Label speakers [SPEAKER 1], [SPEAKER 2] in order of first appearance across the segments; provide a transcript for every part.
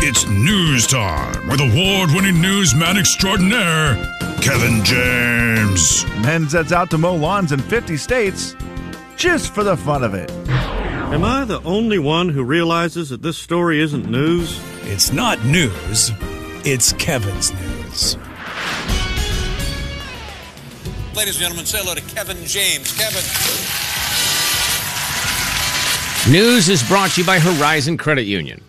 [SPEAKER 1] It's news time with award winning newsman extraordinaire, Kevin James.
[SPEAKER 2] Men sets out to mow lawns in 50 states just for the fun of it.
[SPEAKER 3] Am I the only one who realizes that this story isn't news?
[SPEAKER 4] It's not news, it's Kevin's news.
[SPEAKER 5] Ladies and gentlemen, say hello to Kevin James. Kevin.
[SPEAKER 6] News is brought to you by Horizon Credit Union.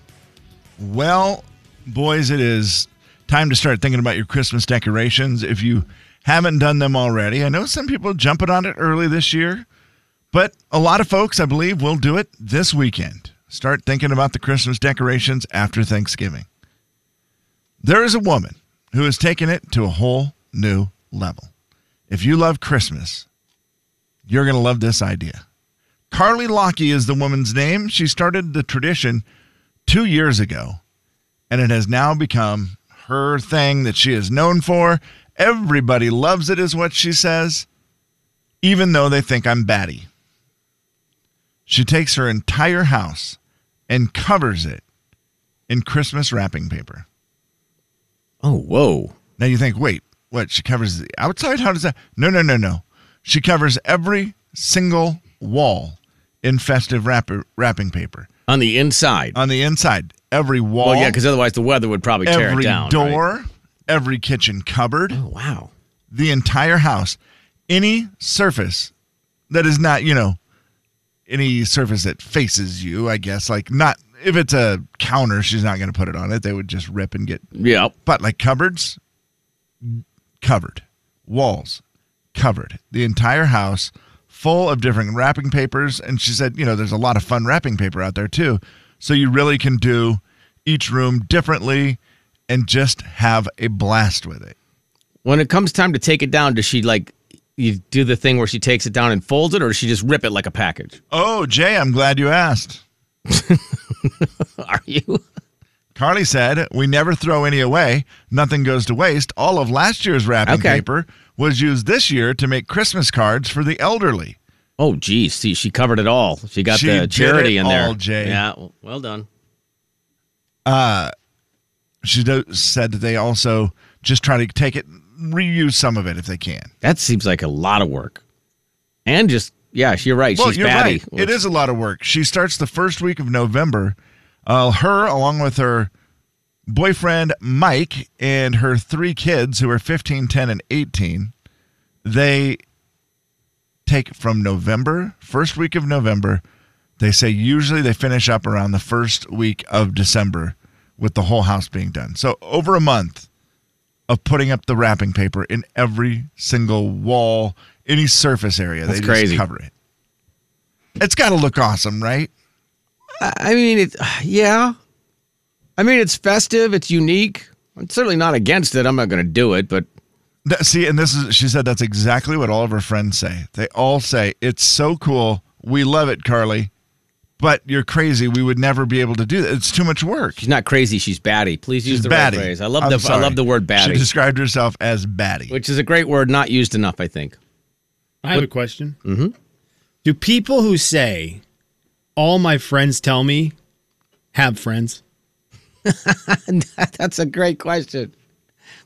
[SPEAKER 2] Well, boys, it is time to start thinking about your Christmas decorations if you haven't done them already. I know some people are jumping on it early this year, but a lot of folks, I believe, will do it this weekend. Start thinking about the Christmas decorations after Thanksgiving. There is a woman who has taken it to a whole new level. If you love Christmas, you're going to love this idea. Carly Lockie is the woman's name. She started the tradition two years ago, and it has now become her thing that she is known for. Everybody loves it, is what she says, even though they think I'm batty. She takes her entire house and covers it in Christmas wrapping paper.
[SPEAKER 6] Oh, whoa.
[SPEAKER 2] Now you think, wait, what? She covers the outside? How does that? No, no, no, no. She covers every single wall in festive wrapper, wrapping paper
[SPEAKER 6] On the inside.
[SPEAKER 2] on the inside. Every wall,
[SPEAKER 6] well, yeah, because otherwise the weather would probably tear
[SPEAKER 2] every
[SPEAKER 6] it down. right?
[SPEAKER 2] door, every kitchen cupboard,
[SPEAKER 6] Oh, wow.
[SPEAKER 2] the entire house, any surface that is not, you know, any surface that faces you, I guess. Like not if it's a counter, she's not going to put it on it. They would just rip and get
[SPEAKER 6] Yep.
[SPEAKER 2] but like cupboards covered walls covered the entire house full of different wrapping papers and she said you know there's a lot of fun wrapping paper out there too so you really can do each room differently and just have a blast with it
[SPEAKER 6] When it comes time to take it down, does she like you do the thing where she takes it down and folds it, or does she just rip it like a package?
[SPEAKER 2] oh jay i'm glad you asked
[SPEAKER 6] Are you?
[SPEAKER 2] Carly said, We never throw any away. Nothing goes to waste. All of last year's wrapping
[SPEAKER 6] Okay.
[SPEAKER 2] paper was used this year to make Christmas cards for the elderly.
[SPEAKER 6] Oh, geez. See, she covered it all. She got
[SPEAKER 2] She
[SPEAKER 6] the
[SPEAKER 2] did
[SPEAKER 6] charity
[SPEAKER 2] it
[SPEAKER 6] in there.
[SPEAKER 2] all, Jay.
[SPEAKER 6] Yeah. well- Well done.
[SPEAKER 2] She do- said that they also just try to take it, reuse some of it if they can.
[SPEAKER 6] That seems like a lot of work. And just, yeah, you're right.
[SPEAKER 2] Well,
[SPEAKER 6] She's
[SPEAKER 2] you're
[SPEAKER 6] batty.
[SPEAKER 2] right. It is a lot of work. She starts the first week of November. Uh, her, along with her boyfriend Mike and her three kids, who are 15, 10, and 18, they take from November, first week of November. They say usually they finish up around the first week of December with the whole house being done. So over a month of putting up the wrapping paper in every single wall, any surface area.
[SPEAKER 6] That's
[SPEAKER 2] they
[SPEAKER 6] crazy.
[SPEAKER 2] just cover it. It's got to look awesome, right?
[SPEAKER 6] I I mean, it, yeah. I mean, it's festive. It's unique. I'm certainly not against it. I'm not going to do it, but
[SPEAKER 2] That- see, and this is she said that's exactly what all of her friends say. They all say it's so cool. We love it, Carly. But you're crazy. We would never be able to do that. It's too much work.
[SPEAKER 6] she's not crazy. She's batty. Please use
[SPEAKER 2] She's
[SPEAKER 6] the
[SPEAKER 2] batty.
[SPEAKER 6] right phrase. I love
[SPEAKER 2] I'm
[SPEAKER 6] the
[SPEAKER 2] sorry.
[SPEAKER 6] I love the word batty,
[SPEAKER 2] She described herself as batty.
[SPEAKER 6] which is a great word, not used enough. I think.
[SPEAKER 7] I have a question. Mm-hmm. Do people who say, all my friends tell me, have friends?
[SPEAKER 6] That's a great question.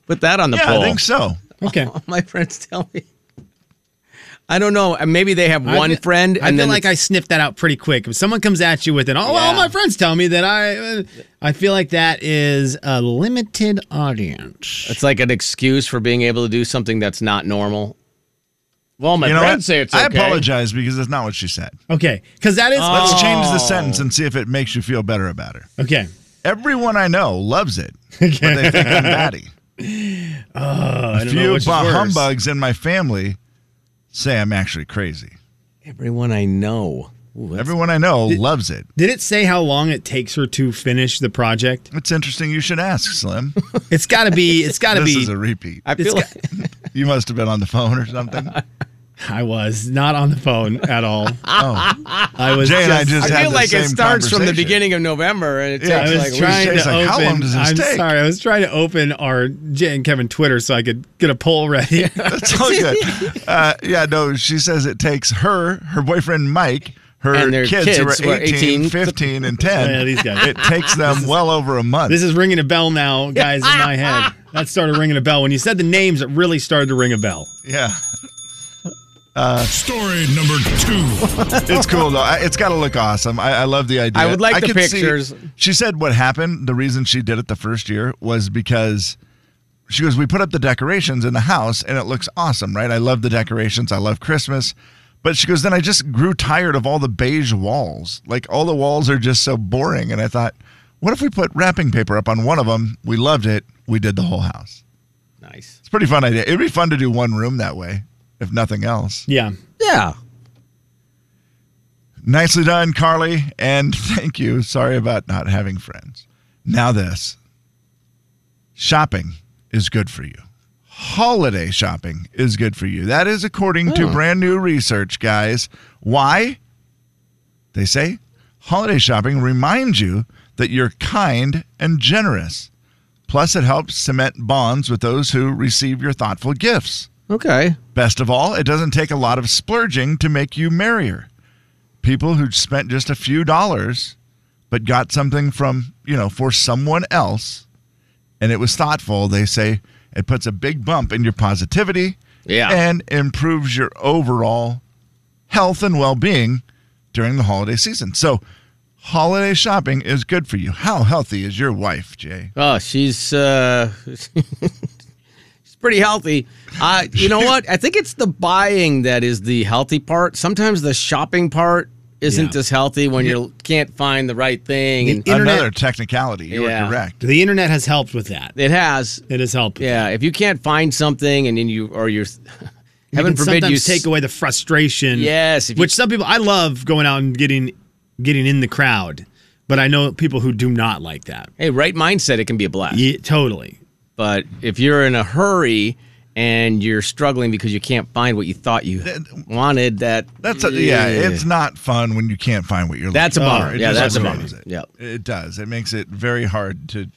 [SPEAKER 6] Put that on the
[SPEAKER 2] yeah,
[SPEAKER 6] poll.
[SPEAKER 2] I think so.
[SPEAKER 7] Okay.
[SPEAKER 6] My friends tell me. I don't know. And Maybe they have one
[SPEAKER 7] I feel-
[SPEAKER 6] friend,
[SPEAKER 7] I
[SPEAKER 6] and
[SPEAKER 7] feel
[SPEAKER 6] then
[SPEAKER 7] like I sniffed that out pretty quick. If someone comes at you with an, oh, all
[SPEAKER 6] Yeah.
[SPEAKER 7] my friends tell me that I, uh, I feel like that is a limited audience.
[SPEAKER 6] it's like an excuse for being able to do something that's not normal. Well, my
[SPEAKER 2] you know
[SPEAKER 6] friends
[SPEAKER 2] what?
[SPEAKER 6] say it's
[SPEAKER 2] I
[SPEAKER 6] okay.
[SPEAKER 2] apologize because that's not what she said.
[SPEAKER 7] Okay, because that is
[SPEAKER 2] Oh. Let's change the sentence and see if it makes you feel better about her.
[SPEAKER 7] okay.
[SPEAKER 2] Everyone I know loves it, but they think I'm batty.
[SPEAKER 6] Oh,
[SPEAKER 7] I
[SPEAKER 2] A
[SPEAKER 7] don't know
[SPEAKER 2] few
[SPEAKER 7] which is
[SPEAKER 2] bah
[SPEAKER 7] worse.
[SPEAKER 2] humbugs in my family say I'm actually crazy.
[SPEAKER 6] Everyone I know. Ooh, that's-
[SPEAKER 2] Everyone I know loves it.
[SPEAKER 7] Did it say how long it takes her to finish the project?
[SPEAKER 2] It's interesting you should ask, Slim.
[SPEAKER 7] It's got to be. It's got to
[SPEAKER 2] this
[SPEAKER 7] be.
[SPEAKER 2] is a repeat.
[SPEAKER 6] I feel
[SPEAKER 7] It's
[SPEAKER 6] like
[SPEAKER 2] You must have been on the phone or something.
[SPEAKER 7] I was not on the phone at all.
[SPEAKER 2] Oh,
[SPEAKER 7] I was.
[SPEAKER 2] Jay and I just
[SPEAKER 6] I
[SPEAKER 2] had
[SPEAKER 6] feel
[SPEAKER 2] the
[SPEAKER 6] like it
[SPEAKER 2] same
[SPEAKER 6] starts from the
[SPEAKER 2] conversation.
[SPEAKER 6] beginning of November, and it
[SPEAKER 2] Yeah,
[SPEAKER 6] takes
[SPEAKER 7] I was
[SPEAKER 6] like
[SPEAKER 7] trying
[SPEAKER 2] Jay's
[SPEAKER 7] to
[SPEAKER 2] like,
[SPEAKER 7] open.
[SPEAKER 2] how long does this
[SPEAKER 7] I'm
[SPEAKER 2] take?
[SPEAKER 7] sorry. I was trying to open our Jay and Kevin Twitter so I could get a poll ready.
[SPEAKER 2] It's all good. Uh, yeah, no, she says it takes her, her boyfriend Mike, her
[SPEAKER 6] And their
[SPEAKER 2] kids,
[SPEAKER 6] kids
[SPEAKER 2] who
[SPEAKER 6] were
[SPEAKER 2] were 18,
[SPEAKER 6] 18,
[SPEAKER 2] 15, and 10.
[SPEAKER 7] Yeah, these guys.
[SPEAKER 2] It takes them well over a month.
[SPEAKER 7] This is ringing a bell now, guys, in my head. That started ringing a bell. When you said the names, it really started to ring a bell.
[SPEAKER 2] yeah.
[SPEAKER 1] Story number two.
[SPEAKER 2] It's cool though. I- It's got to look awesome. I, I love the idea.
[SPEAKER 6] I would like the
[SPEAKER 2] could see-
[SPEAKER 6] pictures.
[SPEAKER 2] she said what happened. The reason she did it the first year was because she goes, "We put up the decorations in the house, and it looks awesome, right? I love the decorations. I love Christmas." But she goes, "Then I just grew tired of all the beige walls. Like all the walls are just so boring." And I thought, "What if we put wrapping paper up on one of them? We loved it. We did the whole house.
[SPEAKER 6] Nice.
[SPEAKER 2] It's a pretty fun idea. It'd be fun to do one room that way, if nothing else."
[SPEAKER 7] Yeah.
[SPEAKER 6] Yeah.
[SPEAKER 2] Nicely done, Carly, and thank you. Sorry about not having friends. Now, this shopping is good for you. Holiday shopping is good for you. That is according to brand new research, guys. Why? They say holiday shopping reminds you that you're kind and generous. Plus, it helps cement bonds with those who receive your thoughtful gifts.
[SPEAKER 6] Okay.
[SPEAKER 2] Best of all, it doesn't take a lot of splurging to make you merrier. People who spent just a few dollars but got something from, you know, for someone else and it was thoughtful, they say it puts a big bump in your positivity
[SPEAKER 6] Yeah.
[SPEAKER 2] and improves your overall health and well-being during the holiday season. So, holiday shopping is good for you. How healthy is your wife, Jay?
[SPEAKER 6] Oh, she's uh, she's pretty healthy. Uh, you know what? I think it's the buying that is the healthy part. Sometimes the shopping part isn't
[SPEAKER 7] Yeah.
[SPEAKER 6] as healthy when you can't find the right thing. And
[SPEAKER 7] Internet-
[SPEAKER 2] Another technicality. You're
[SPEAKER 6] Yeah.
[SPEAKER 2] correct.
[SPEAKER 7] The internet has helped with that.
[SPEAKER 6] it has,
[SPEAKER 7] It has helped.
[SPEAKER 6] yeah. If you can't find something, and then you or you're,
[SPEAKER 7] You
[SPEAKER 6] heaven
[SPEAKER 7] can
[SPEAKER 6] forbid you
[SPEAKER 7] sometimes take away the frustration.
[SPEAKER 6] Yes, if you-
[SPEAKER 7] Which some people I love going out and getting getting in the crowd, but I know people who do not like that.
[SPEAKER 6] Hey, right mindset, it can be a blast.
[SPEAKER 7] Yeah, totally.
[SPEAKER 6] But if you're in a hurry and you're struggling because you can't find what you thought you wanted, that
[SPEAKER 2] That's a, yeah, it's not fun when you can't find what you're looking
[SPEAKER 6] That's a
[SPEAKER 2] for.
[SPEAKER 6] bummer.
[SPEAKER 2] It
[SPEAKER 6] Yeah,
[SPEAKER 2] just
[SPEAKER 6] that's a
[SPEAKER 2] ruins
[SPEAKER 6] bummer.
[SPEAKER 2] It.
[SPEAKER 6] Yep.
[SPEAKER 2] It does. It makes it very hard to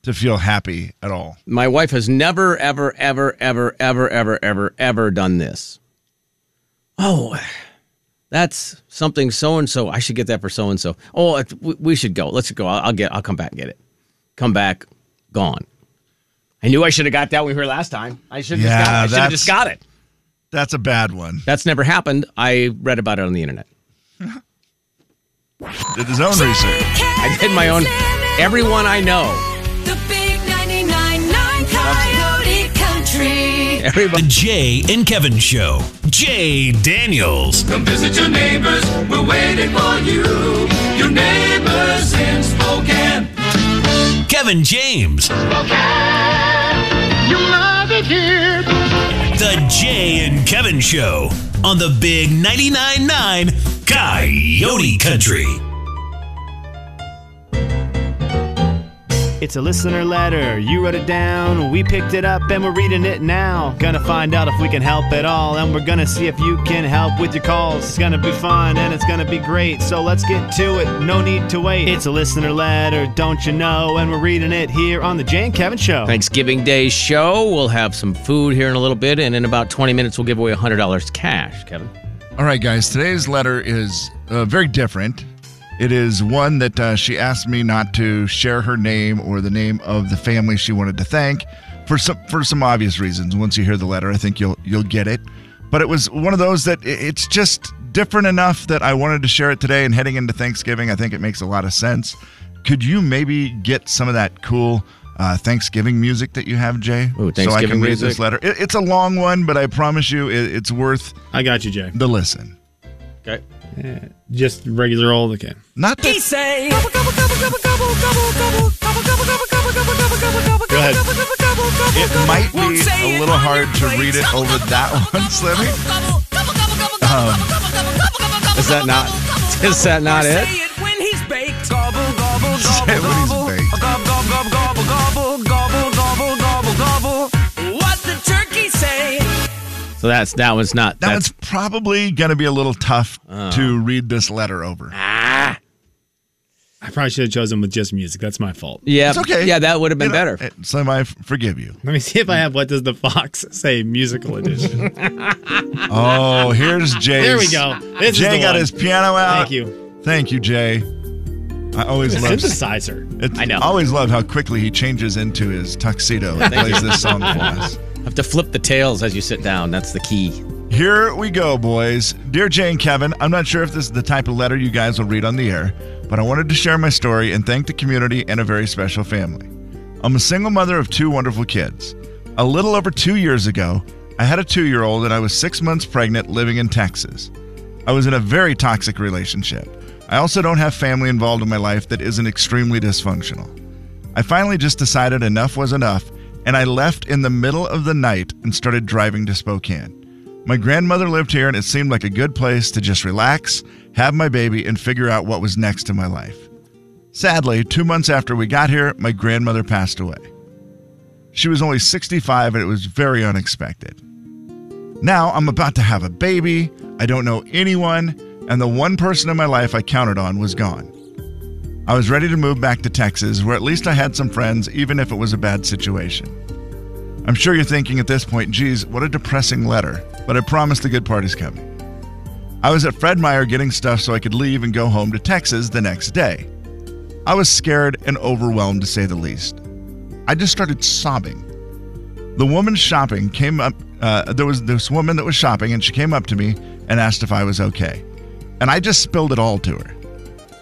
[SPEAKER 2] to feel happy at all.
[SPEAKER 6] My wife has never, ever, ever, ever, ever, ever, ever, ever done this. Oh, that's something so and so. I should get that for so and so. Oh, it- we- we should go. Let's go. I'll, I'll get. I'll come back and get it. Come back, gone. I knew I should have got that when we were last time. I should have
[SPEAKER 2] Yeah,
[SPEAKER 6] just got it. I should have
[SPEAKER 2] that's-
[SPEAKER 6] just got it.
[SPEAKER 2] That's a bad one.
[SPEAKER 6] That's never happened. I read about it on the internet.
[SPEAKER 2] Did his own research.
[SPEAKER 6] I did my own. Everyone I know.
[SPEAKER 8] The big 99.9 Coyote Country.
[SPEAKER 4] The
[SPEAKER 6] Everybody.
[SPEAKER 4] Jay and Kevin Show. Jay Daniels.
[SPEAKER 9] Come visit your neighbors. We're waiting for you. Your neighbors in Spokane.
[SPEAKER 4] Kevin James. The Jay and Kevin Show on the Big 99.9 9 Coyote Country.
[SPEAKER 10] It's a listener letter. You wrote it down. We picked it up and we're reading it now. Gonna find out if we can help at all. And we're gonna see if you can help with your calls. It's gonna be fun and it's gonna be great. So let's get to it. No need to wait. It's a listener letter, don't you know? And we're reading it here on The Jay and Kevin Show.
[SPEAKER 6] Thanksgiving Day show. We'll have some food here in a little bit, and in about 20 minutes, we'll give away $100 cash, Kevin.
[SPEAKER 2] All right, guys. Today's letter is uh, very different. It is one that uh, she asked me not to share her name or the name of the family she wanted to thank for some for some obvious reasons. Once you hear the letter, I think you'll you'll get it. But it was one of those that i- it's just different enough that I wanted to share it today. And heading into Thanksgiving, I think it makes a lot of sense. Could you maybe get some of that cool uh, Thanksgiving music that you have, Jay? so I
[SPEAKER 6] Ooh,
[SPEAKER 2] can
[SPEAKER 6] Thanksgiving
[SPEAKER 2] read this
[SPEAKER 6] music.
[SPEAKER 2] letter. It, it's a long one, but I promise you, it, it's worth
[SPEAKER 7] I got you, Jay.
[SPEAKER 2] the listen.
[SPEAKER 6] Okay.
[SPEAKER 7] Just regular old okay.
[SPEAKER 2] Not that
[SPEAKER 9] Say. Gobble, gobble, gobble, gobble, gobble, gobble, gobble, gobble, gobble, gobble, gobble, gobble, gobble, gobble, gobble,
[SPEAKER 7] Go ahead.
[SPEAKER 9] gobble, gobble, gobble, gobble,
[SPEAKER 2] it
[SPEAKER 9] gobble.
[SPEAKER 2] might
[SPEAKER 9] Won't
[SPEAKER 2] be
[SPEAKER 9] say
[SPEAKER 2] a
[SPEAKER 9] it
[SPEAKER 2] little
[SPEAKER 9] on
[SPEAKER 2] hard
[SPEAKER 9] your
[SPEAKER 2] to
[SPEAKER 9] plate.
[SPEAKER 2] read it
[SPEAKER 9] Gobble,
[SPEAKER 2] over
[SPEAKER 9] gobble,
[SPEAKER 2] that
[SPEAKER 9] gobble,
[SPEAKER 2] one,
[SPEAKER 9] gobble,
[SPEAKER 2] Slimmy.
[SPEAKER 9] gobble, gobble, gobble, gobble, gobble, gobble, gobble, gobble, gobble, gobble,
[SPEAKER 6] Um, Is that
[SPEAKER 9] gobble, gobble,
[SPEAKER 6] not-
[SPEAKER 9] gobble,
[SPEAKER 6] is that
[SPEAKER 9] gobble.
[SPEAKER 6] not
[SPEAKER 9] Say
[SPEAKER 6] it?
[SPEAKER 9] it when he's baked. Gobble, gobble,
[SPEAKER 2] Say it
[SPEAKER 9] gobble,
[SPEAKER 2] when he's
[SPEAKER 9] gobble.
[SPEAKER 2] baked.
[SPEAKER 9] Gobble, gobble, gobble, gobble, gobble, gobble, gobble, gobble. What the turkey say?
[SPEAKER 6] So that's that one's not.
[SPEAKER 2] That
[SPEAKER 6] that's,
[SPEAKER 2] one's probably going to be a little tough to read this letter over.
[SPEAKER 7] I probably should have chosen with just music. That's my fault.
[SPEAKER 6] Yeah.
[SPEAKER 2] It's okay.
[SPEAKER 6] Yeah, that would have been
[SPEAKER 2] You know,
[SPEAKER 6] better.
[SPEAKER 2] eh, Slim, I f- forgive you.
[SPEAKER 7] Let me see if I have What Does the Fox Say musical edition.
[SPEAKER 2] Oh, here's Jay.
[SPEAKER 7] there we go. This is
[SPEAKER 2] Jay
[SPEAKER 7] the
[SPEAKER 2] got
[SPEAKER 7] one.
[SPEAKER 2] his piano out.
[SPEAKER 7] Thank you.
[SPEAKER 2] Thank you, Jay. I always love
[SPEAKER 7] Synthesizer.
[SPEAKER 2] it,
[SPEAKER 6] I know.
[SPEAKER 2] always love how quickly he changes into his tuxedo and plays this song for us.
[SPEAKER 6] I have to flip the tails as you sit down. That's the key.
[SPEAKER 2] Here we go, boys. Dear Jay and Kevin, I'm not sure if this is the type of letter you guys will read on the air, but I wanted to share my story and thank the community and a very special family. I'm a single mother of two wonderful kids. A little over two years ago, I had a two year old and I was six months pregnant living in Texas. I was in a very toxic relationship. I also don't have family involved in my life that isn't extremely dysfunctional. I finally just decided enough was enough, and I left in the middle of the night and started driving to Spokane. My grandmother lived here, and it seemed like a good place to just relax, have my baby, and figure out what was next in my life. Sadly, two months after we got here, my grandmother passed away. She was only 65, and it was very unexpected. Now I'm about to have a baby, I don't know anyone, and the one person in my life I counted on was gone. I was ready to move back to Texas, where at least I had some friends, even if it was a bad situation. I'm sure you're thinking at this point, geez, what a depressing letter, but I promise the good part is coming. I was at Fred Meyer getting stuff so I could leave and go home to Texas the next day. I was scared and overwhelmed, to say the least. I just started sobbing. The woman shopping came up, uh, there was this woman that was shopping, and she came up to me and asked if I was okay. And I just spilled it all to her.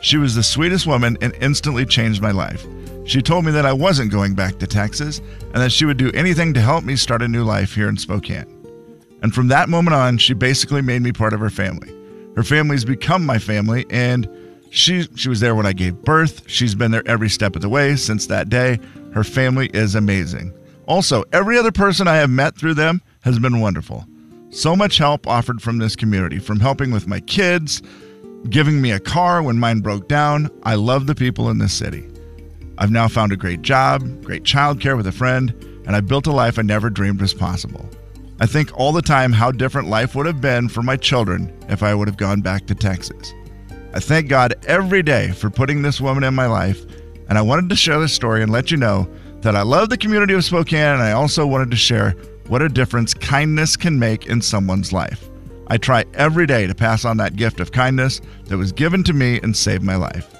[SPEAKER 2] She was the sweetest woman and instantly changed my life. She told me that I wasn't going back to Texas and that she would do anything to help me start a new life here in Spokane. And from that moment on, she basically made me part of her family. Her family's become my family and she she was there when I gave birth. She's been there every step of the way since that day. Her family is amazing. Also, every other person I have met through them has been wonderful. So much help offered from this community, from helping with my kids, giving me a car when mine broke down. I love the people in this city. I've now found a great job, great childcare with a friend, and I built a life I never dreamed was possible. I think all the time how different life would have been for my children if I would have gone back to Texas. I thank God every day for putting this woman in my life, and I wanted to share this story and let you know that I love the community of Spokane, and I also wanted to share what a difference kindness can make in someone's life. I try every day to pass on that gift of kindness that was given to me and saved my life.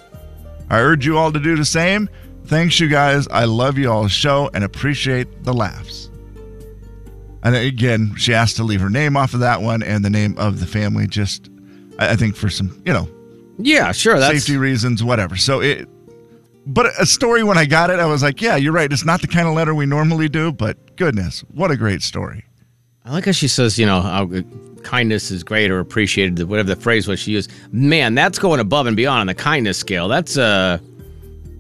[SPEAKER 2] I urge you all to do the same. Thanks, you guys. I love you all's show and appreciate the laughs. And again, she asked to leave her name off of that one and the name of the family, just I I think for some, you know,
[SPEAKER 6] Yeah, sure. That's
[SPEAKER 2] safety reasons, whatever. So it, but a story when I got it, I was like, yeah, you're right. It's not the kind of letter we normally do, but goodness, what a great story.
[SPEAKER 6] I like how she says, you know, how kindness is great or appreciated, whatever the phrase was she used. Man, that's going above and beyond on the kindness scale. That's uh,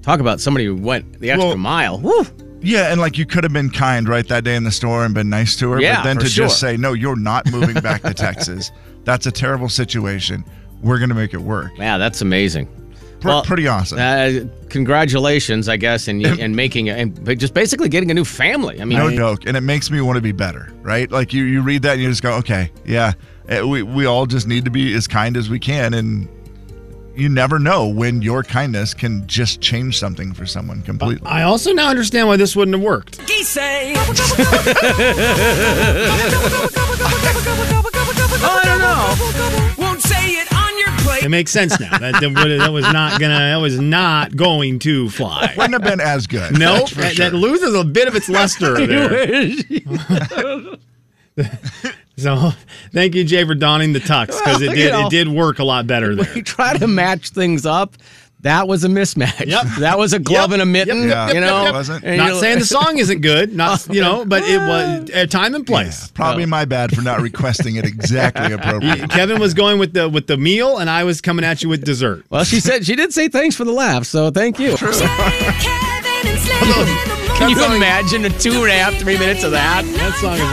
[SPEAKER 6] talk about somebody who went the extra
[SPEAKER 2] Well-
[SPEAKER 6] mile. Woo!
[SPEAKER 2] Yeah, and like you could have been kind right that day in the store and been nice to her,
[SPEAKER 6] Yeah,
[SPEAKER 2] but then
[SPEAKER 6] for
[SPEAKER 2] to just
[SPEAKER 6] sure.
[SPEAKER 2] say, no, you're not moving back to Texas. That's a terrible situation. We're going to make it work.
[SPEAKER 6] Yeah, that's amazing.
[SPEAKER 2] Pr- pretty awesome.
[SPEAKER 6] Uh, congratulations, I guess, and and making and but just basically getting a new family. I mean,
[SPEAKER 2] No joke. And it makes me want to be better, right? Like you, you read that and you just go, okay, yeah, eh, we, we all just need to be as kind as we can. And you never know when your kindness can just change something for someone completely.
[SPEAKER 7] I also now understand why this wouldn't have worked.
[SPEAKER 9] Won't say it on your plate.
[SPEAKER 7] It makes sense now. That, that, would- that was not gonna. That was not going to fly.
[SPEAKER 2] Wouldn't have been as good.
[SPEAKER 7] No,
[SPEAKER 2] that's for
[SPEAKER 7] that,
[SPEAKER 2] sure.
[SPEAKER 7] that loses a bit of its luster there. So, thank you, Jay, for donning the tux because it
[SPEAKER 6] Well, you
[SPEAKER 7] did
[SPEAKER 6] know.
[SPEAKER 7] it did work a lot better there.
[SPEAKER 6] you try to match things up. That was a mismatch.
[SPEAKER 7] Yep.
[SPEAKER 6] That was a glove
[SPEAKER 7] Yep.
[SPEAKER 6] and a mitten.
[SPEAKER 2] Yep.
[SPEAKER 6] You
[SPEAKER 2] Yep.
[SPEAKER 6] know,
[SPEAKER 2] Yep. Wasn't.
[SPEAKER 6] And
[SPEAKER 7] Not
[SPEAKER 6] you're-
[SPEAKER 7] saying the song isn't good, not you know, but it was
[SPEAKER 2] Ah.
[SPEAKER 7] uh, time and place.
[SPEAKER 2] Probably my bad for not requesting it exactly appropriately.
[SPEAKER 7] Kevin was going with the with the meal, and I was coming at you with dessert.
[SPEAKER 6] Well, she said she did say thanks for the laugh, so thank you.
[SPEAKER 8] Kevin and Slim in the
[SPEAKER 6] Can you
[SPEAKER 8] morning.
[SPEAKER 6] imagine a two and a half, three minutes of that?
[SPEAKER 7] That song is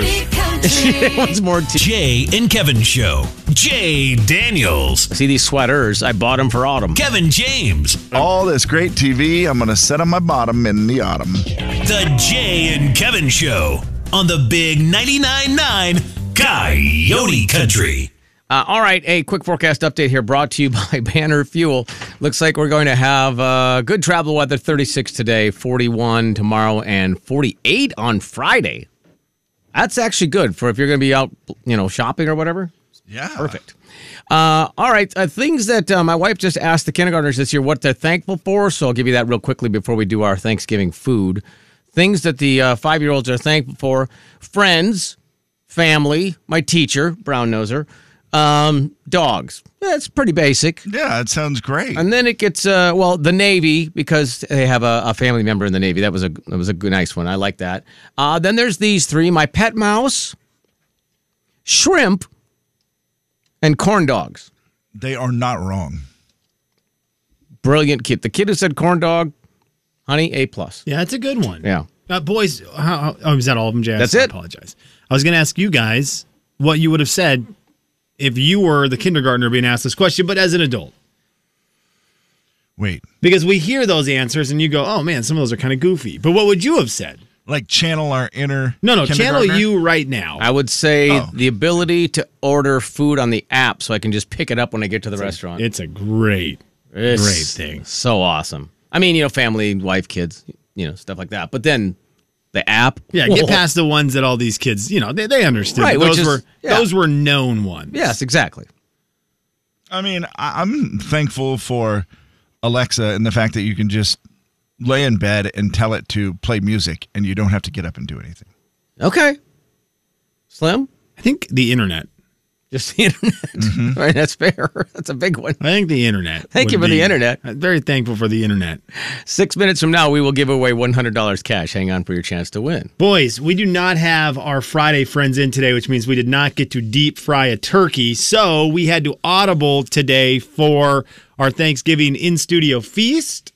[SPEAKER 7] tears.
[SPEAKER 6] It
[SPEAKER 8] Country.
[SPEAKER 6] was more. T-
[SPEAKER 4] Jay and Kevin Show. Jay Daniels.
[SPEAKER 6] See these sweaters? I bought them for autumn.
[SPEAKER 4] Kevin James.
[SPEAKER 2] All this great TV, I'm going to set on my bottom in the autumn.
[SPEAKER 4] The Jay and Kevin Show on the Big 99.9 9 Coyote Country.
[SPEAKER 6] Uh, all right, a quick forecast update here brought to you by Banner Fuel. Looks like we're going to have uh, good travel weather 36 today, 41 tomorrow, and 48 on Friday. That's actually good for if you're going to be out, you know, shopping or whatever.
[SPEAKER 2] Yeah.
[SPEAKER 6] Perfect. Uh, all right. Uh, things that uh, my wife just asked the kindergartners this year what they're thankful for. So I'll give you that real quickly before we do our Thanksgiving food. Things that the uh, five year olds are thankful for friends, family, my teacher, brown noser, um, dogs. That's pretty basic.
[SPEAKER 2] Yeah, it sounds great.
[SPEAKER 6] And then it gets uh, well the Navy because they have a, a family member in the Navy. That was a that was a good nice one. I like that. Uh, then there's these three: my pet mouse, shrimp, and corn dogs.
[SPEAKER 2] they are not wrong.
[SPEAKER 6] Brilliant kid. The kid who said corn dog, honey, a plus.
[SPEAKER 7] Yeah, that's a good one.
[SPEAKER 6] Yeah.
[SPEAKER 7] Uh, boys, how, how, oh, is that all of them, Jazz?
[SPEAKER 6] That's
[SPEAKER 7] I
[SPEAKER 6] it.
[SPEAKER 7] apologize. I was going to ask you guys what you would have said if you were the kindergartner being asked this question, but as an adult.
[SPEAKER 2] Wait,
[SPEAKER 7] Because we hear those answers and you go, oh man, some of those are kind of goofy. But what would you have said?
[SPEAKER 2] like channel our inner.
[SPEAKER 7] No, no, channel
[SPEAKER 2] kindergartner?
[SPEAKER 7] you right now.
[SPEAKER 6] I would say
[SPEAKER 2] Oh.
[SPEAKER 6] the ability to order food on the app so I can just pick it up when I get to the restaurant.
[SPEAKER 7] It's a great.
[SPEAKER 6] It's
[SPEAKER 7] Great thing.
[SPEAKER 6] So awesome. I mean, you know, family, wife, kids, you know, stuff like that. But then the app.
[SPEAKER 7] Yeah, get
[SPEAKER 6] Whoa.
[SPEAKER 7] past the ones that all these kids, you know, they, they understood.
[SPEAKER 6] Right, which
[SPEAKER 7] those
[SPEAKER 6] is-
[SPEAKER 7] were
[SPEAKER 6] yeah.
[SPEAKER 7] those were known ones.
[SPEAKER 6] Yes, exactly.
[SPEAKER 2] I mean, I- I'm thankful for Alexa and the fact that you can just lay in bed and tell it to play music and you don't have to get up and do anything.
[SPEAKER 6] Okay. Slim?
[SPEAKER 7] I think the internet.
[SPEAKER 6] Just the internet.
[SPEAKER 7] Mm-hmm.
[SPEAKER 6] All right, that's fair. That's a big one.
[SPEAKER 7] I think the internet.
[SPEAKER 6] Thank
[SPEAKER 7] would
[SPEAKER 6] you for the
[SPEAKER 7] be-
[SPEAKER 6] internet.
[SPEAKER 7] I'm very thankful for the internet.
[SPEAKER 6] Six minutes from now, we will give away $100 cash. Hang on for your chance to win.
[SPEAKER 7] Boys, we do not have our Friday friends in today, which means we did not get to deep fry a turkey. So we had to audible today for our Thanksgiving in studio feast.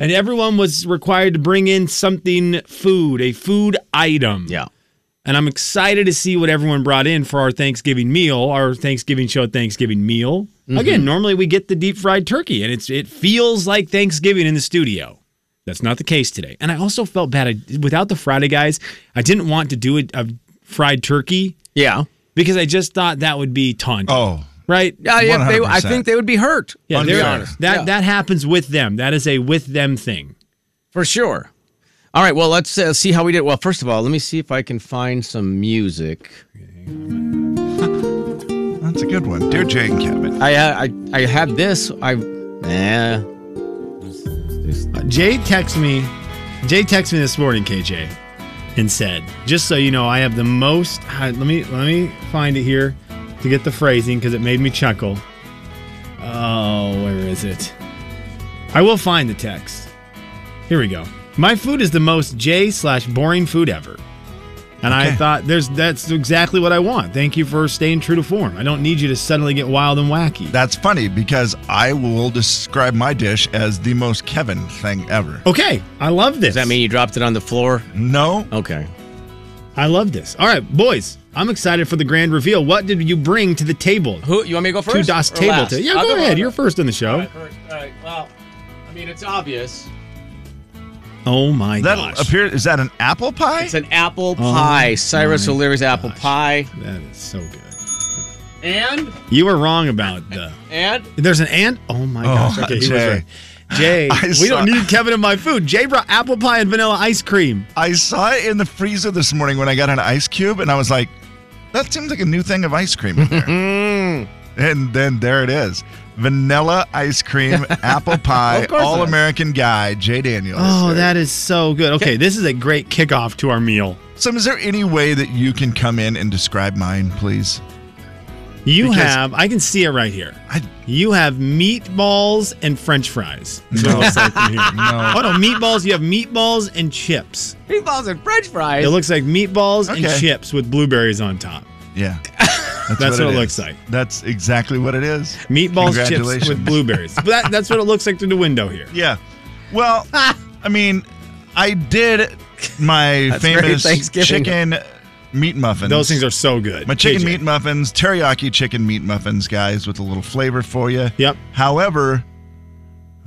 [SPEAKER 7] And everyone was required to bring in something food, a food item.
[SPEAKER 6] Yeah.
[SPEAKER 7] And I'm excited to see what everyone brought in for our Thanksgiving meal, our Thanksgiving show Thanksgiving meal.
[SPEAKER 6] Mm-hmm.
[SPEAKER 7] Again, normally we get the deep fried turkey and it's it feels like Thanksgiving in the studio. That's not the case today. And I also felt bad I, without the Friday guys. I didn't want to do a, a fried turkey
[SPEAKER 6] Yeah.
[SPEAKER 7] because I just thought that would be taunting.
[SPEAKER 2] Oh,
[SPEAKER 7] Right?
[SPEAKER 6] Yeah, yeah they, I
[SPEAKER 2] 100%.
[SPEAKER 6] think they would be hurt.
[SPEAKER 7] Yeah,
[SPEAKER 6] to be
[SPEAKER 7] they're-
[SPEAKER 6] honest.
[SPEAKER 7] that
[SPEAKER 6] Yeah.
[SPEAKER 7] that happens with them. That is a with them thing.
[SPEAKER 6] For sure. All right, well, let's uh, see how we did. Well, first of all, let me see if I can find some music.
[SPEAKER 2] that's a good one. Dear Jane Kevin.
[SPEAKER 6] I uh, I, I had this. I. Eh.
[SPEAKER 7] Jay texted me. Jay texted me this morning, KJ, and said, "Just so you know, I have the most. I- Let me let me find it here to get the phrasing because it made me chuckle. Oh, where is it? I will find the text. Here we go. My food is the most J slash boring food ever." And I
[SPEAKER 2] Okay.
[SPEAKER 7] thought there's that's exactly what I want. Thank you for staying true to form. I don't need you to suddenly get wild and wacky.
[SPEAKER 2] That's funny because I will describe my dish as the most Kevin thing ever.
[SPEAKER 7] okay, I love this.
[SPEAKER 6] Does that mean you dropped it on the floor?
[SPEAKER 2] No,
[SPEAKER 6] Okay.
[SPEAKER 7] I love this. All right, boys, I'm excited for the grand reveal. What did you bring to the table?
[SPEAKER 6] Who you want me to go first?
[SPEAKER 7] to Das
[SPEAKER 6] or
[SPEAKER 7] Table.
[SPEAKER 6] last?
[SPEAKER 7] To, yeah,
[SPEAKER 6] I'll
[SPEAKER 7] go ahead. You're
[SPEAKER 6] first.
[SPEAKER 7] first on the show.
[SPEAKER 6] All right, first. All right. Well, I mean, it's obvious.
[SPEAKER 7] Oh my
[SPEAKER 2] that
[SPEAKER 7] gosh.
[SPEAKER 2] appears. Is that an apple pie?
[SPEAKER 6] It's an apple pie. Cyrus
[SPEAKER 7] my
[SPEAKER 6] O'Leary's apple
[SPEAKER 7] gosh.
[SPEAKER 6] pie.
[SPEAKER 7] that is so good.
[SPEAKER 6] And
[SPEAKER 7] You were wrong about the.
[SPEAKER 6] and
[SPEAKER 7] There's an ant. Oh my gosh. Okay, he was
[SPEAKER 2] Jay.
[SPEAKER 7] right. Jay,
[SPEAKER 2] I
[SPEAKER 7] we
[SPEAKER 2] saw-
[SPEAKER 7] don't need Kevin in my food. Jay brought apple pie and vanilla ice cream.
[SPEAKER 2] I saw it in the freezer this morning when I got an ice cube, and I was like, that seems like a new thing of ice cream in there. and then there it is vanilla ice cream, apple pie,
[SPEAKER 6] course it
[SPEAKER 2] all
[SPEAKER 6] is.
[SPEAKER 2] American guy, Jay Daniels.
[SPEAKER 7] Oh, that is so good. Okay, this is a great kickoff to our meal.
[SPEAKER 2] So, is there any way that you can come in and describe mine, please?
[SPEAKER 7] You
[SPEAKER 2] Because-
[SPEAKER 7] have, I can see it right here.
[SPEAKER 2] I,
[SPEAKER 7] You have meatballs and french fries. That's what it looks like from here.
[SPEAKER 2] no.
[SPEAKER 7] Oh no, meatballs. You have meatballs and chips.
[SPEAKER 6] meatballs and French fries.
[SPEAKER 7] It looks like meatballs
[SPEAKER 2] Okay.
[SPEAKER 7] and chips with blueberries on top.
[SPEAKER 2] Yeah.
[SPEAKER 7] That's what it
[SPEAKER 2] is.
[SPEAKER 7] looks like.
[SPEAKER 2] That's exactly what it is.
[SPEAKER 7] Meatballs, chips
[SPEAKER 2] Congratulations.
[SPEAKER 7] with blueberries. But that, that's what it looks like through the window here.
[SPEAKER 2] Yeah. Well,
[SPEAKER 7] Ah.
[SPEAKER 2] I mean, I did my
[SPEAKER 6] very
[SPEAKER 2] famous
[SPEAKER 6] Thanksgiving.
[SPEAKER 2] chicken meat muffins.
[SPEAKER 7] Those things are so good.
[SPEAKER 2] My chicken
[SPEAKER 7] KJ.
[SPEAKER 2] meat muffins, teriyaki chicken meat muffins, guys, with a little flavor for you.
[SPEAKER 7] Yep.
[SPEAKER 2] However,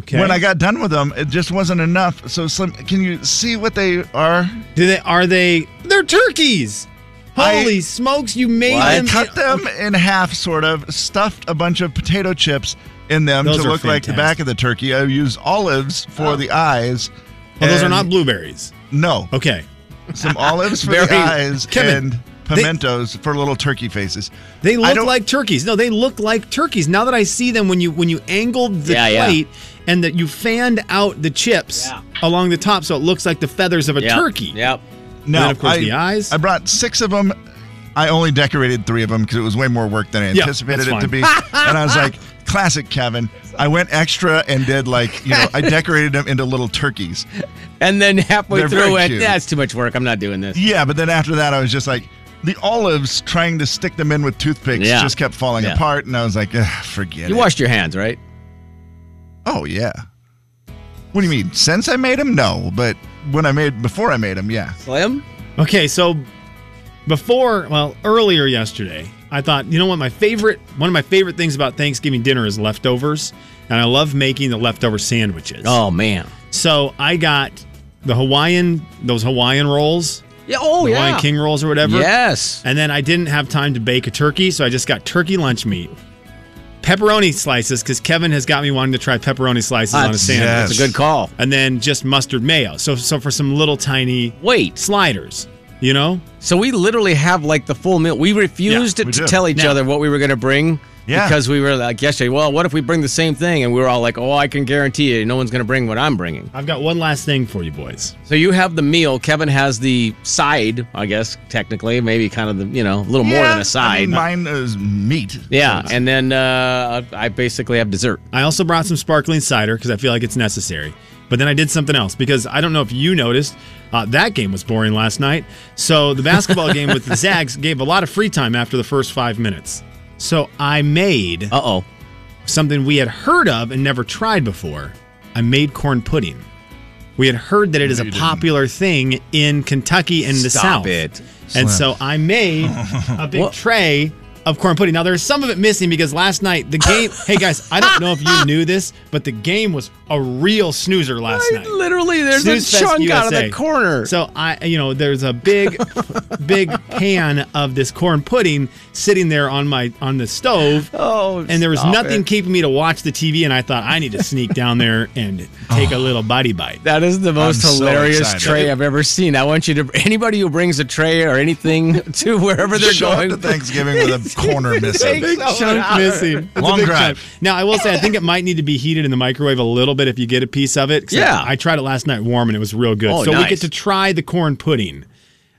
[SPEAKER 7] Okay.
[SPEAKER 2] when I got done with them, it just wasn't enough. So, Slim, can you see what they are?
[SPEAKER 7] do they are they? They're turkeys.
[SPEAKER 2] I-
[SPEAKER 7] Holy smokes! You made
[SPEAKER 2] I
[SPEAKER 7] them.
[SPEAKER 2] cut them in half, sort of, stuffed a bunch of potato chips, in them
[SPEAKER 7] Those
[SPEAKER 2] to
[SPEAKER 7] are
[SPEAKER 2] look like the back
[SPEAKER 7] fantastic.
[SPEAKER 2] of the turkey. I use olives for the eyes.
[SPEAKER 7] Oh, those are
[SPEAKER 2] and-
[SPEAKER 7] not Oh. blueberries.
[SPEAKER 2] No,
[SPEAKER 7] Okay.
[SPEAKER 2] some olives for the
[SPEAKER 6] Very-
[SPEAKER 2] eyes
[SPEAKER 7] Kevin,
[SPEAKER 2] and pimentos for little turkey faces.
[SPEAKER 7] They
[SPEAKER 2] I
[SPEAKER 7] look
[SPEAKER 2] don't-
[SPEAKER 7] like turkeys. No, they look like turkeys. Now that I see them, when you when you angled the
[SPEAKER 6] Yeah, yeah.
[SPEAKER 7] plate and that you fanned out the chips
[SPEAKER 6] Yeah.
[SPEAKER 7] along the top, so it looks like the feathers of a
[SPEAKER 6] Yep.
[SPEAKER 7] turkey.
[SPEAKER 6] Yep.
[SPEAKER 2] No,
[SPEAKER 7] then, of course,
[SPEAKER 2] I,
[SPEAKER 7] the eyes.
[SPEAKER 2] I brought six of them. I only decorated three of them because it was way more work than I
[SPEAKER 7] Yeah,
[SPEAKER 2] anticipated it
[SPEAKER 7] that's
[SPEAKER 2] to be. and I was like, classic Kevin. I went extra and did like, you know, I decorated them into little turkeys.
[SPEAKER 6] And then halfway
[SPEAKER 2] They're
[SPEAKER 6] through
[SPEAKER 2] very
[SPEAKER 6] it,
[SPEAKER 2] cute.
[SPEAKER 6] that's too much work. I'm not doing this.
[SPEAKER 2] Yeah, but then after that, I was just like, the olives trying to stick them in with toothpicks
[SPEAKER 6] Yeah.
[SPEAKER 2] just kept falling
[SPEAKER 6] Yeah.
[SPEAKER 2] apart. And I was like, "Ugh, forget
[SPEAKER 6] You
[SPEAKER 2] it.
[SPEAKER 6] washed your hands, right?
[SPEAKER 2] oh, yeah. What do you mean? Since I made them? No, but when I made, before I made them, yeah.
[SPEAKER 6] Slim?
[SPEAKER 7] Okay, so before, well, earlier yesterday, I thought, you know what, my favorite, one of my favorite things about Thanksgiving dinner is leftovers, and I love making the leftover sandwiches.
[SPEAKER 6] Oh, man.
[SPEAKER 7] So I got the Hawaiian, those Hawaiian rolls,
[SPEAKER 6] Yeah. Oh,
[SPEAKER 7] the
[SPEAKER 6] yeah.
[SPEAKER 7] Hawaiian king rolls or whatever.
[SPEAKER 6] Yes.
[SPEAKER 7] And then I didn't have time to bake a turkey, so I just got turkey lunch meat, pepperoni slices, because Kevin has got me wanting to try pepperoni slices on a
[SPEAKER 6] That's,
[SPEAKER 7] sandwich,
[SPEAKER 6] that's a good call.
[SPEAKER 7] and then just mustard mayo. So, so for some little tiny
[SPEAKER 6] Wait.
[SPEAKER 7] sliders, you know.
[SPEAKER 6] So we literally have like the full meal. We refused
[SPEAKER 2] we
[SPEAKER 6] to
[SPEAKER 2] do.
[SPEAKER 6] tell each
[SPEAKER 7] Now-
[SPEAKER 6] other what we were going to bring
[SPEAKER 2] Yeah.
[SPEAKER 6] because we were like yesterday, well, what if we bring the same thing? And we were all like, oh, I can guarantee you no one's going to bring what I'm bringing.
[SPEAKER 7] I've got one last thing for you boys.
[SPEAKER 6] So you have the meal. Kevin has the side, I guess, technically, maybe kind of the, you know, a little more
[SPEAKER 2] Yeah,
[SPEAKER 6] than a side.
[SPEAKER 2] I mean, mine is meat.
[SPEAKER 6] yeah. And then uh, I basically have dessert.
[SPEAKER 7] I also brought some sparkling cider because I feel like it's necessary. But then I did something else because I don't know if you noticed uh, that game was boring last night. So the basketball game with the Zags gave a lot of free time after the first five minutes. So I made
[SPEAKER 6] Uh oh.
[SPEAKER 7] something we had heard of and never tried before. I made corn pudding. We had heard that it is a popular thing in Kentucky and the
[SPEAKER 6] Stop
[SPEAKER 7] South.
[SPEAKER 6] it.
[SPEAKER 7] And so I made a big
[SPEAKER 6] What?
[SPEAKER 7] tray of corn pudding. Now there's some of it missing because last night the game. hey guys, I don't know if you knew this, but the game was a real snoozer last night.
[SPEAKER 6] Literally, there's
[SPEAKER 7] Snooze
[SPEAKER 6] a
[SPEAKER 7] Fest
[SPEAKER 6] chunk out of
[SPEAKER 7] USA.
[SPEAKER 6] the corner.
[SPEAKER 7] So I, you know, there's a big, big pan of this corn pudding sitting there on my on the stove.
[SPEAKER 6] oh,
[SPEAKER 7] And there was
[SPEAKER 6] stop
[SPEAKER 7] nothing
[SPEAKER 6] it.
[SPEAKER 7] keeping me to watch the TV, and I thought I need to sneak down there and take
[SPEAKER 6] Oh.
[SPEAKER 7] a little body bite.
[SPEAKER 6] That is the most
[SPEAKER 2] I'm so
[SPEAKER 6] hilarious
[SPEAKER 2] excited.
[SPEAKER 6] tray I've ever seen. I want you to anybody who brings a tray or anything to wherever they're
[SPEAKER 2] Show up
[SPEAKER 6] going.
[SPEAKER 2] to Thanksgiving with a corner missing.
[SPEAKER 7] Big chunk missing. It's a
[SPEAKER 2] Long
[SPEAKER 7] big
[SPEAKER 2] drive.
[SPEAKER 7] chunk. Now I will say I think it might need to be heated in the microwave a little bit if you get a piece of it. 'cause I-
[SPEAKER 6] Yeah.
[SPEAKER 7] I, tried it last night warm and it was real good.
[SPEAKER 6] Oh,
[SPEAKER 7] so we
[SPEAKER 6] nice.
[SPEAKER 7] get to try the corn pudding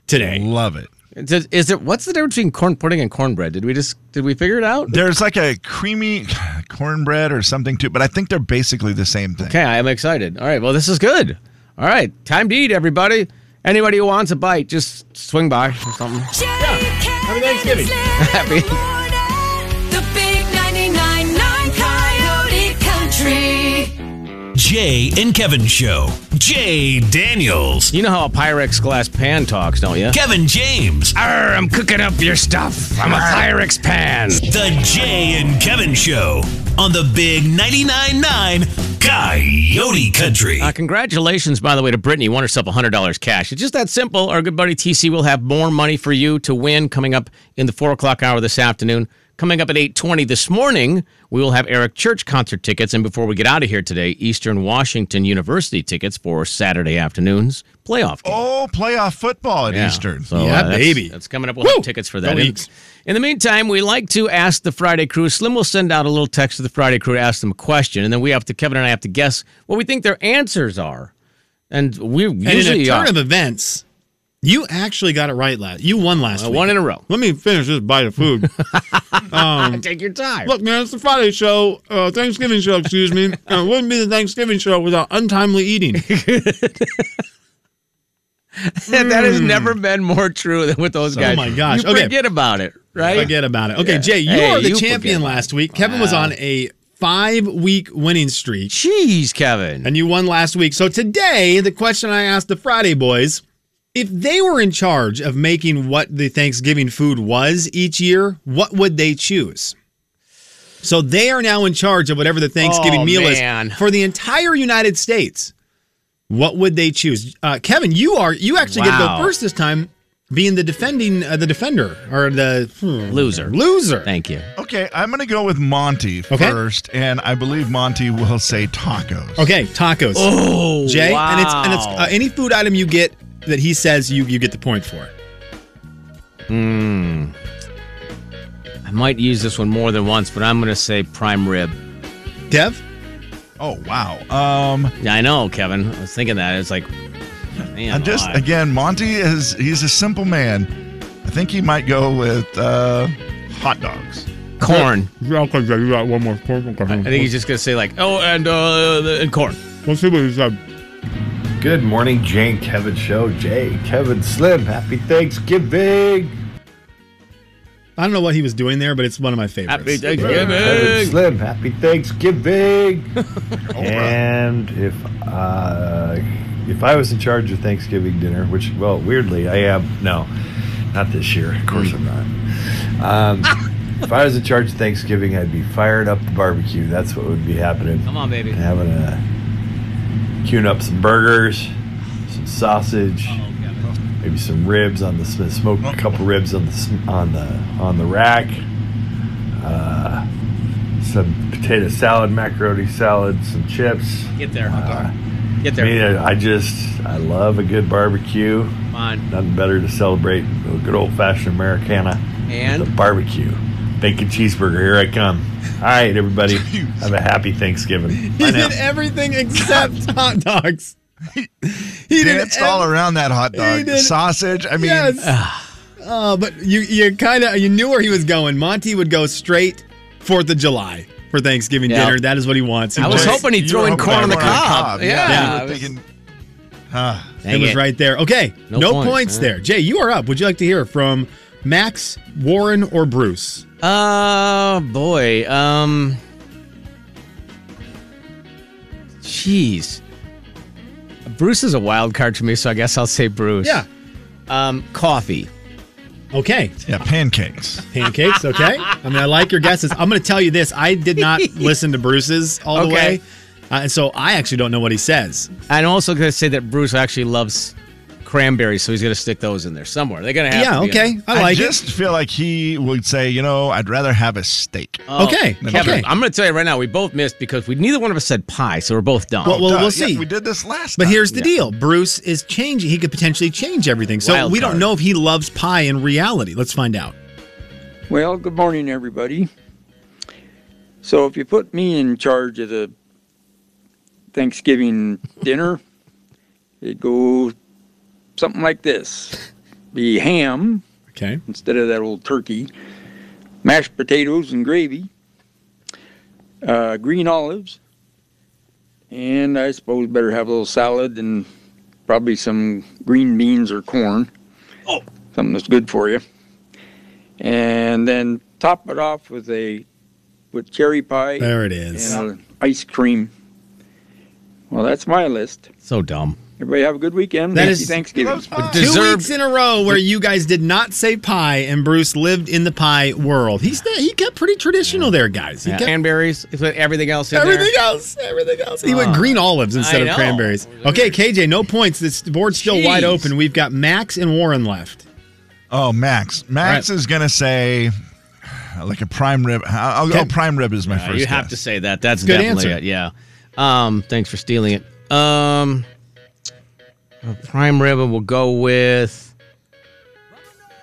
[SPEAKER 7] today.
[SPEAKER 2] Love it.
[SPEAKER 6] Does- Is there what's the difference between corn pudding and cornbread? Did we just did we figure it out?
[SPEAKER 2] There's like a creamy cornbread or something too, but I think they're basically the same thing.
[SPEAKER 6] Okay, I am excited. All right, well this is good. All right, time to eat, everybody. Anybody who wants a bite, just swing by or something.
[SPEAKER 8] Happy
[SPEAKER 7] Thanksgiving.
[SPEAKER 8] Happy. The big 99.9 Coyote Country.
[SPEAKER 4] Jay and Kevin Show. Jay Daniels.
[SPEAKER 6] You know how a Pyrex glass pan talks, don't you?
[SPEAKER 4] Kevin James.
[SPEAKER 6] Arr, I'm cooking up your stuff. I'm a Pyrex pan.
[SPEAKER 4] The Jay and Kevin Show on the Big 99.9 9 Coyote Country.
[SPEAKER 6] Uh, congratulations, by the way, to Brittany. Won herself $100 cash. It's just that simple. Our good buddy TC will have more money for you to win coming up in the 4 o'clock hour this afternoon. Coming up at 8.20 this morning, we will have Eric Church concert tickets. And before we get out of here today, Eastern Washington University tickets for Saturday afternoon's playoff game.
[SPEAKER 2] Oh, playoff football at
[SPEAKER 6] Yeah.
[SPEAKER 2] Eastern.
[SPEAKER 6] So, uh,
[SPEAKER 7] Yeah,
[SPEAKER 6] that's,
[SPEAKER 7] baby.
[SPEAKER 6] That's coming up. We'll
[SPEAKER 7] Woo!
[SPEAKER 6] have tickets for that.
[SPEAKER 7] Go
[SPEAKER 6] In,
[SPEAKER 7] Eagles.
[SPEAKER 6] in the meantime, we like to ask the Friday crew. Slim will send out a little text to the Friday crew to ask them a question, and then we have to Kevin and I have to guess what we think their answers are. And we
[SPEAKER 7] And in
[SPEAKER 6] usually uh,
[SPEAKER 7] a turn
[SPEAKER 6] are.
[SPEAKER 7] of events, you actually got it right last. You won last
[SPEAKER 6] Uh,
[SPEAKER 7] week.
[SPEAKER 6] one in a row.
[SPEAKER 7] Let me finish this bite of food.
[SPEAKER 6] Take your time.
[SPEAKER 7] Look, man, it's the Friday show, uh, Thanksgiving show, excuse me. Uh, it wouldn't be the Thanksgiving show without untimely eating.
[SPEAKER 6] that has never been more true than with those guys.
[SPEAKER 7] hmm. Oh my gosh.
[SPEAKER 6] You
[SPEAKER 7] Okay.
[SPEAKER 6] forget about it, right?
[SPEAKER 7] Forget about it. Okay,
[SPEAKER 6] Yeah.
[SPEAKER 7] Jay, you
[SPEAKER 6] Hey,
[SPEAKER 7] were the
[SPEAKER 6] you forget
[SPEAKER 7] champion
[SPEAKER 6] about
[SPEAKER 7] last week. Kevin was on a five week winning streak.
[SPEAKER 6] Jeez, Kevin.
[SPEAKER 7] and you won last week. So today, the question I asked the Friday boys if they were in charge of making what the Thanksgiving food was each year, what would they choose? So they are now in charge of whatever the Thanksgiving
[SPEAKER 6] Oh,
[SPEAKER 7] meal
[SPEAKER 6] man.
[SPEAKER 7] is for the entire United States. What would they choose? Uh, Kevin, you are you actually get to
[SPEAKER 6] Wow.
[SPEAKER 7] go first this time. being the defending uh, the defender or the hmm,
[SPEAKER 6] Loser.
[SPEAKER 7] Loser.
[SPEAKER 6] Thank you.
[SPEAKER 2] Okay, I'm going to go with Monty
[SPEAKER 7] Okay.
[SPEAKER 2] first, and I believe Monty will say tacos.
[SPEAKER 7] Okay, tacos.
[SPEAKER 6] Oh,
[SPEAKER 7] Jay,
[SPEAKER 6] wow.
[SPEAKER 7] and it's and it's uh, any food item you get that he says you you get the point for.
[SPEAKER 6] I might use this one more than once, but I'm going to say prime rib.
[SPEAKER 7] Dev,
[SPEAKER 2] Oh wow. Um,
[SPEAKER 6] Yeah, I know, Kevin. I was thinking that. It's like, man,
[SPEAKER 2] I'm just
[SPEAKER 6] alive.
[SPEAKER 2] again, Monty is he's a simple man. I think he might go with uh, hot dogs.
[SPEAKER 6] corn.
[SPEAKER 7] you got one more point.
[SPEAKER 6] I think he's just going to say like, oh, and uh, the- and corn.
[SPEAKER 7] Let's see what he said.
[SPEAKER 11] Good morning, Jay and Kevin Show. Jay, Kevin, Slim, happy Thanksgiving.
[SPEAKER 7] I don't know what he was doing there, but it's one of my
[SPEAKER 6] Happy
[SPEAKER 7] favorites.
[SPEAKER 11] Kevin,
[SPEAKER 6] Thanksgiving.
[SPEAKER 11] Slim, happy Thanksgiving. and if uh, if I was in charge of Thanksgiving dinner, which well, weirdly I am. No, not this year. Of course I'm not. Um, if I was in charge of Thanksgiving, I'd be fired up the barbecue. That's what would be happening.
[SPEAKER 6] Come on, baby.
[SPEAKER 11] having a queuing up some burgers, some sausage, maybe some ribs on the sm- smoke a couple ribs on the sm- on the on the rack, uh, some potato salad, macaroni salad, some chips.
[SPEAKER 6] Get there.
[SPEAKER 7] Uh,
[SPEAKER 6] Get
[SPEAKER 11] I mean,
[SPEAKER 6] there.
[SPEAKER 11] I just I love a good barbecue.
[SPEAKER 6] Come on.
[SPEAKER 11] Nothing better to celebrate a good old fashioned Americana.
[SPEAKER 6] And?
[SPEAKER 11] with a barbecue. Bacon cheeseburger, here I come. All right, everybody. Have a happy Thanksgiving.
[SPEAKER 7] He
[SPEAKER 11] Bye now.
[SPEAKER 7] did everything except hot dogs. He
[SPEAKER 2] Danced all around that hot dog
[SPEAKER 7] did-
[SPEAKER 2] sausage. I mean,
[SPEAKER 7] Yes.
[SPEAKER 6] Ah.
[SPEAKER 7] oh, but you you kind of you knew where he was going. Monty would go straight Fourth of July for Thanksgiving
[SPEAKER 6] Yeah.
[SPEAKER 7] dinner. That is what he wants. He
[SPEAKER 6] I was
[SPEAKER 7] just-
[SPEAKER 6] hoping he'd
[SPEAKER 2] you
[SPEAKER 6] throw
[SPEAKER 2] were
[SPEAKER 6] in
[SPEAKER 2] hoping
[SPEAKER 6] corn on the
[SPEAKER 2] for a
[SPEAKER 6] cob. Yeah.
[SPEAKER 2] you
[SPEAKER 6] I
[SPEAKER 2] were
[SPEAKER 6] was-
[SPEAKER 2] thinking, huh.
[SPEAKER 7] It
[SPEAKER 6] Dang
[SPEAKER 7] was right there. Okay, no,
[SPEAKER 6] No
[SPEAKER 7] points,
[SPEAKER 6] points, man.
[SPEAKER 7] there. Jay, you are up. Would you like to hear from Max, Warren, or Bruce?
[SPEAKER 6] Oh boy. Um. Jeez. Bruce is a wild card to me, so I guess I'll say Bruce.
[SPEAKER 7] Yeah.
[SPEAKER 6] Um, coffee.
[SPEAKER 7] Okay.
[SPEAKER 2] Yeah, pancakes.
[SPEAKER 7] Pancakes. Okay. I mean, I like your guesses. I'm going to tell you this. I did not listen to Bruce's all the
[SPEAKER 6] Okay.
[SPEAKER 7] way, uh, and so I actually don't know what he says.
[SPEAKER 6] I'm also gonna say that Bruce actually loves cranberries, so he's gonna stick those in there somewhere. They're gonna have.
[SPEAKER 7] yeah.
[SPEAKER 6] to be in
[SPEAKER 7] Okay.
[SPEAKER 6] there.
[SPEAKER 7] I like it.
[SPEAKER 2] just feel like he would say, you know, I'd rather have a steak.
[SPEAKER 6] Oh,
[SPEAKER 7] Okay,
[SPEAKER 6] Kevin,
[SPEAKER 7] okay.
[SPEAKER 6] I'm gonna tell you right now, we both missed because we neither one of us said pie, so we're both dumb.
[SPEAKER 7] Well, well,
[SPEAKER 2] Duh,
[SPEAKER 7] we'll
[SPEAKER 2] yeah,
[SPEAKER 7] see.
[SPEAKER 2] we did this last.
[SPEAKER 7] But
[SPEAKER 2] time.
[SPEAKER 7] here's the deal: Bruce is changing. He could potentially change everything. So
[SPEAKER 6] Wild
[SPEAKER 7] we don't
[SPEAKER 6] card.
[SPEAKER 7] know if he loves pie in reality. Let's find out.
[SPEAKER 9] Well, good morning, everybody. So, if you put me in charge of the Thanksgiving dinner, it'd go something like this be ham
[SPEAKER 7] Okay.
[SPEAKER 9] instead of that old turkey, mashed potatoes and gravy, uh, green olives, and I suppose better have a little salad and probably some green beans or corn. Oh, something that's good for you. And then top it off with a with cherry pie
[SPEAKER 7] There it is.
[SPEAKER 9] and a ice cream. Well, that's my list.
[SPEAKER 6] so dumb.
[SPEAKER 9] Everybody have a good weekend.
[SPEAKER 7] That
[SPEAKER 9] Happy
[SPEAKER 7] is-
[SPEAKER 9] Thanksgiving.
[SPEAKER 7] Two
[SPEAKER 6] Deserved-
[SPEAKER 7] weeks in a row where you guys did not say pie, and Bruce lived in the pie world. He's he kept pretty traditional there, guys. He
[SPEAKER 6] Yeah.
[SPEAKER 7] kept
[SPEAKER 6] Cranberries. He put everything else in
[SPEAKER 7] everything
[SPEAKER 6] there.
[SPEAKER 7] else, everything else. He went
[SPEAKER 6] Ah.
[SPEAKER 7] green olives instead
[SPEAKER 6] I
[SPEAKER 7] of
[SPEAKER 6] know.
[SPEAKER 7] cranberries. Okay, KJ, no points. This board's still wide
[SPEAKER 6] Jeez.
[SPEAKER 7] open. We've got Max and Warren left.
[SPEAKER 2] Oh, Max. Max is gonna say like a prime rib. I'll I'll go
[SPEAKER 7] Okay.
[SPEAKER 2] prime rib is my
[SPEAKER 6] Uh,
[SPEAKER 2] first.
[SPEAKER 6] you have
[SPEAKER 2] guess.
[SPEAKER 6] to say that. That's
[SPEAKER 7] Good
[SPEAKER 6] definitely
[SPEAKER 7] answer.
[SPEAKER 6] it. Yeah. Um, thanks for stealing it. Um, a prime rib will go with.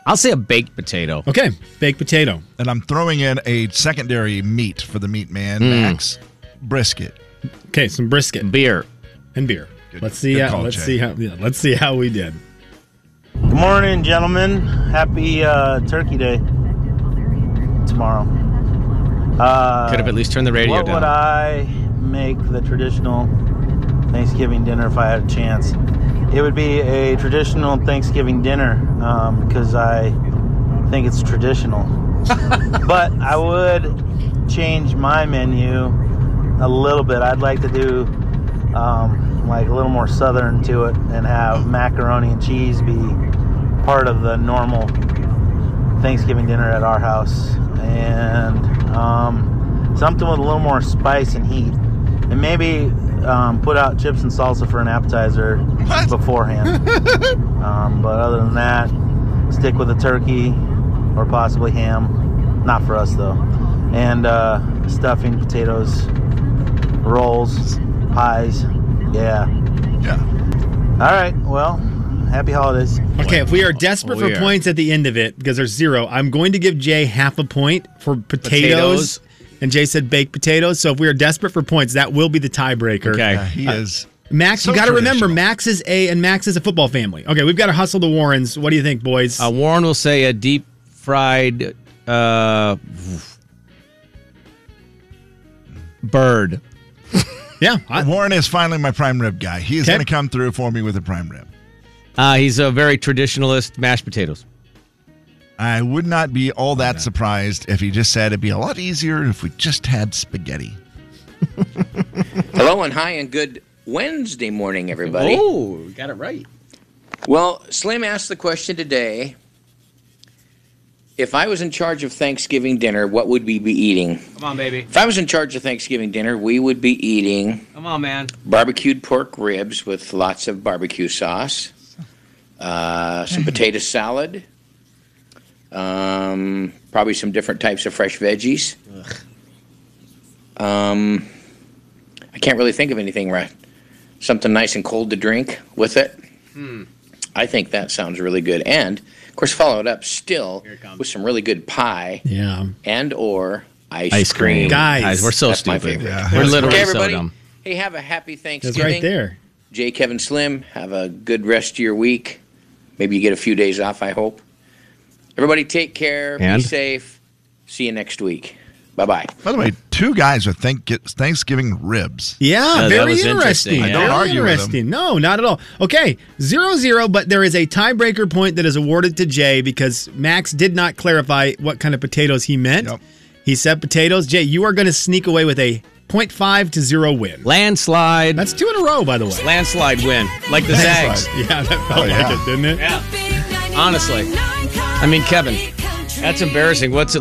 [SPEAKER 6] I'll say a baked potato.
[SPEAKER 7] Okay, baked potato.
[SPEAKER 2] and I'm throwing in a secondary meat for the meat man, Max. Brisket.
[SPEAKER 7] Okay, some brisket
[SPEAKER 6] Beer.
[SPEAKER 7] and beer.
[SPEAKER 2] Good-
[SPEAKER 7] Let's see.
[SPEAKER 2] good
[SPEAKER 7] how-
[SPEAKER 2] call,
[SPEAKER 7] let's
[SPEAKER 2] Jay.
[SPEAKER 7] see how. Yeah, let's see how we did.
[SPEAKER 10] Good morning, gentlemen. Happy uh, Turkey Day tomorrow. Uh,
[SPEAKER 6] Could have at least turned the radio
[SPEAKER 10] what
[SPEAKER 6] down.
[SPEAKER 10] would I make the traditional Thanksgiving dinner if I had a chance? It would be a traditional Thanksgiving dinner um, because I think it's traditional. but I would change my menu a little bit. I'd like to do um, like a little more southern to it and have macaroni and cheese be part of the normal Thanksgiving dinner at our house, and um, something with a little more spice and heat, and maybe um, put out chips and salsa for an appetizer beforehand. um, but other than that,
[SPEAKER 12] stick with a turkey or possibly ham. Not for us though. And uh, stuffing, potatoes, rolls, pies. Yeah.
[SPEAKER 2] Yeah.
[SPEAKER 12] All right. Well, happy holidays.
[SPEAKER 7] Okay, if we are desperate
[SPEAKER 12] We
[SPEAKER 7] for
[SPEAKER 12] are.
[SPEAKER 7] points at the end of it, because there's zero, I'm going to give Jay half a point for potatoes.
[SPEAKER 6] Potatoes.
[SPEAKER 7] And Jay said baked potatoes. So if we are desperate for points, that will be the tiebreaker.
[SPEAKER 6] Okay. Yeah, he
[SPEAKER 2] Uh, is.
[SPEAKER 7] Max,
[SPEAKER 6] so
[SPEAKER 7] you got to remember, Max is a and Max is a football family. Okay, we've got to hustle the Warrens. What do you think, boys?
[SPEAKER 6] Uh, Warren will say a deep fried uh, bird.
[SPEAKER 7] yeah.
[SPEAKER 2] Warren is finally my prime rib guy. He is going to come through for me with a prime rib.
[SPEAKER 6] Uh, he's a very traditionalist mashed potatoes.
[SPEAKER 2] I would not be all that surprised if he just said it'd be a lot easier if we just had spaghetti.
[SPEAKER 10] Hello and hi and good Wednesday morning, everybody.
[SPEAKER 6] Oh, got it right.
[SPEAKER 10] Well, Slim asked the question today. If I was in charge of Thanksgiving dinner, what would we be eating?
[SPEAKER 6] Come on, baby.
[SPEAKER 10] If I was in charge of Thanksgiving dinner, we would be eating
[SPEAKER 6] Come on, man.
[SPEAKER 10] barbecued pork ribs with lots of barbecue sauce, uh, some potato salad, um, probably some different types of fresh veggies. Um, I can't really think of anything right. Something nice and cold to drink with it.
[SPEAKER 13] Hmm.
[SPEAKER 10] I think that sounds really good. And of course, follow it up still with some really good pie
[SPEAKER 7] Yeah.
[SPEAKER 10] and or ice,
[SPEAKER 6] Ice cream.
[SPEAKER 10] cream.
[SPEAKER 6] Guys. Guys, we're so
[SPEAKER 10] That's my
[SPEAKER 6] stupid.
[SPEAKER 10] favorite.
[SPEAKER 6] Yeah. We're literally
[SPEAKER 10] okay,
[SPEAKER 6] so
[SPEAKER 10] everybody,
[SPEAKER 6] dumb.
[SPEAKER 10] Hey, have a happy Thanksgiving.
[SPEAKER 7] That's right there.
[SPEAKER 10] Jay, Kevin, Slim, have a good rest of your week. Maybe you get a few days off. I hope. Everybody, take care.
[SPEAKER 2] And?
[SPEAKER 10] Be safe. See you next week. Bye bye.
[SPEAKER 2] By the way, two guys with thank- Thanksgiving ribs.
[SPEAKER 7] Yeah, very interesting.
[SPEAKER 2] I don't
[SPEAKER 7] Very
[SPEAKER 2] argue with them.
[SPEAKER 7] interesting. No, not at all. Okay, zero zero, but there is a tiebreaker point that is awarded to Jay because Max did not clarify what kind of potatoes he meant. He said potatoes. Jay, you are going to sneak away with a 0.5 to zero win.
[SPEAKER 6] Landslide.
[SPEAKER 7] That's two in a row, by the way.
[SPEAKER 6] Landslide win, like the Zags.
[SPEAKER 7] Landslide. Yeah, that
[SPEAKER 2] Oh,
[SPEAKER 7] felt like it, didn't it?
[SPEAKER 6] Yeah. Honestly. I mean, Kevin, that's embarrassing. What's it like?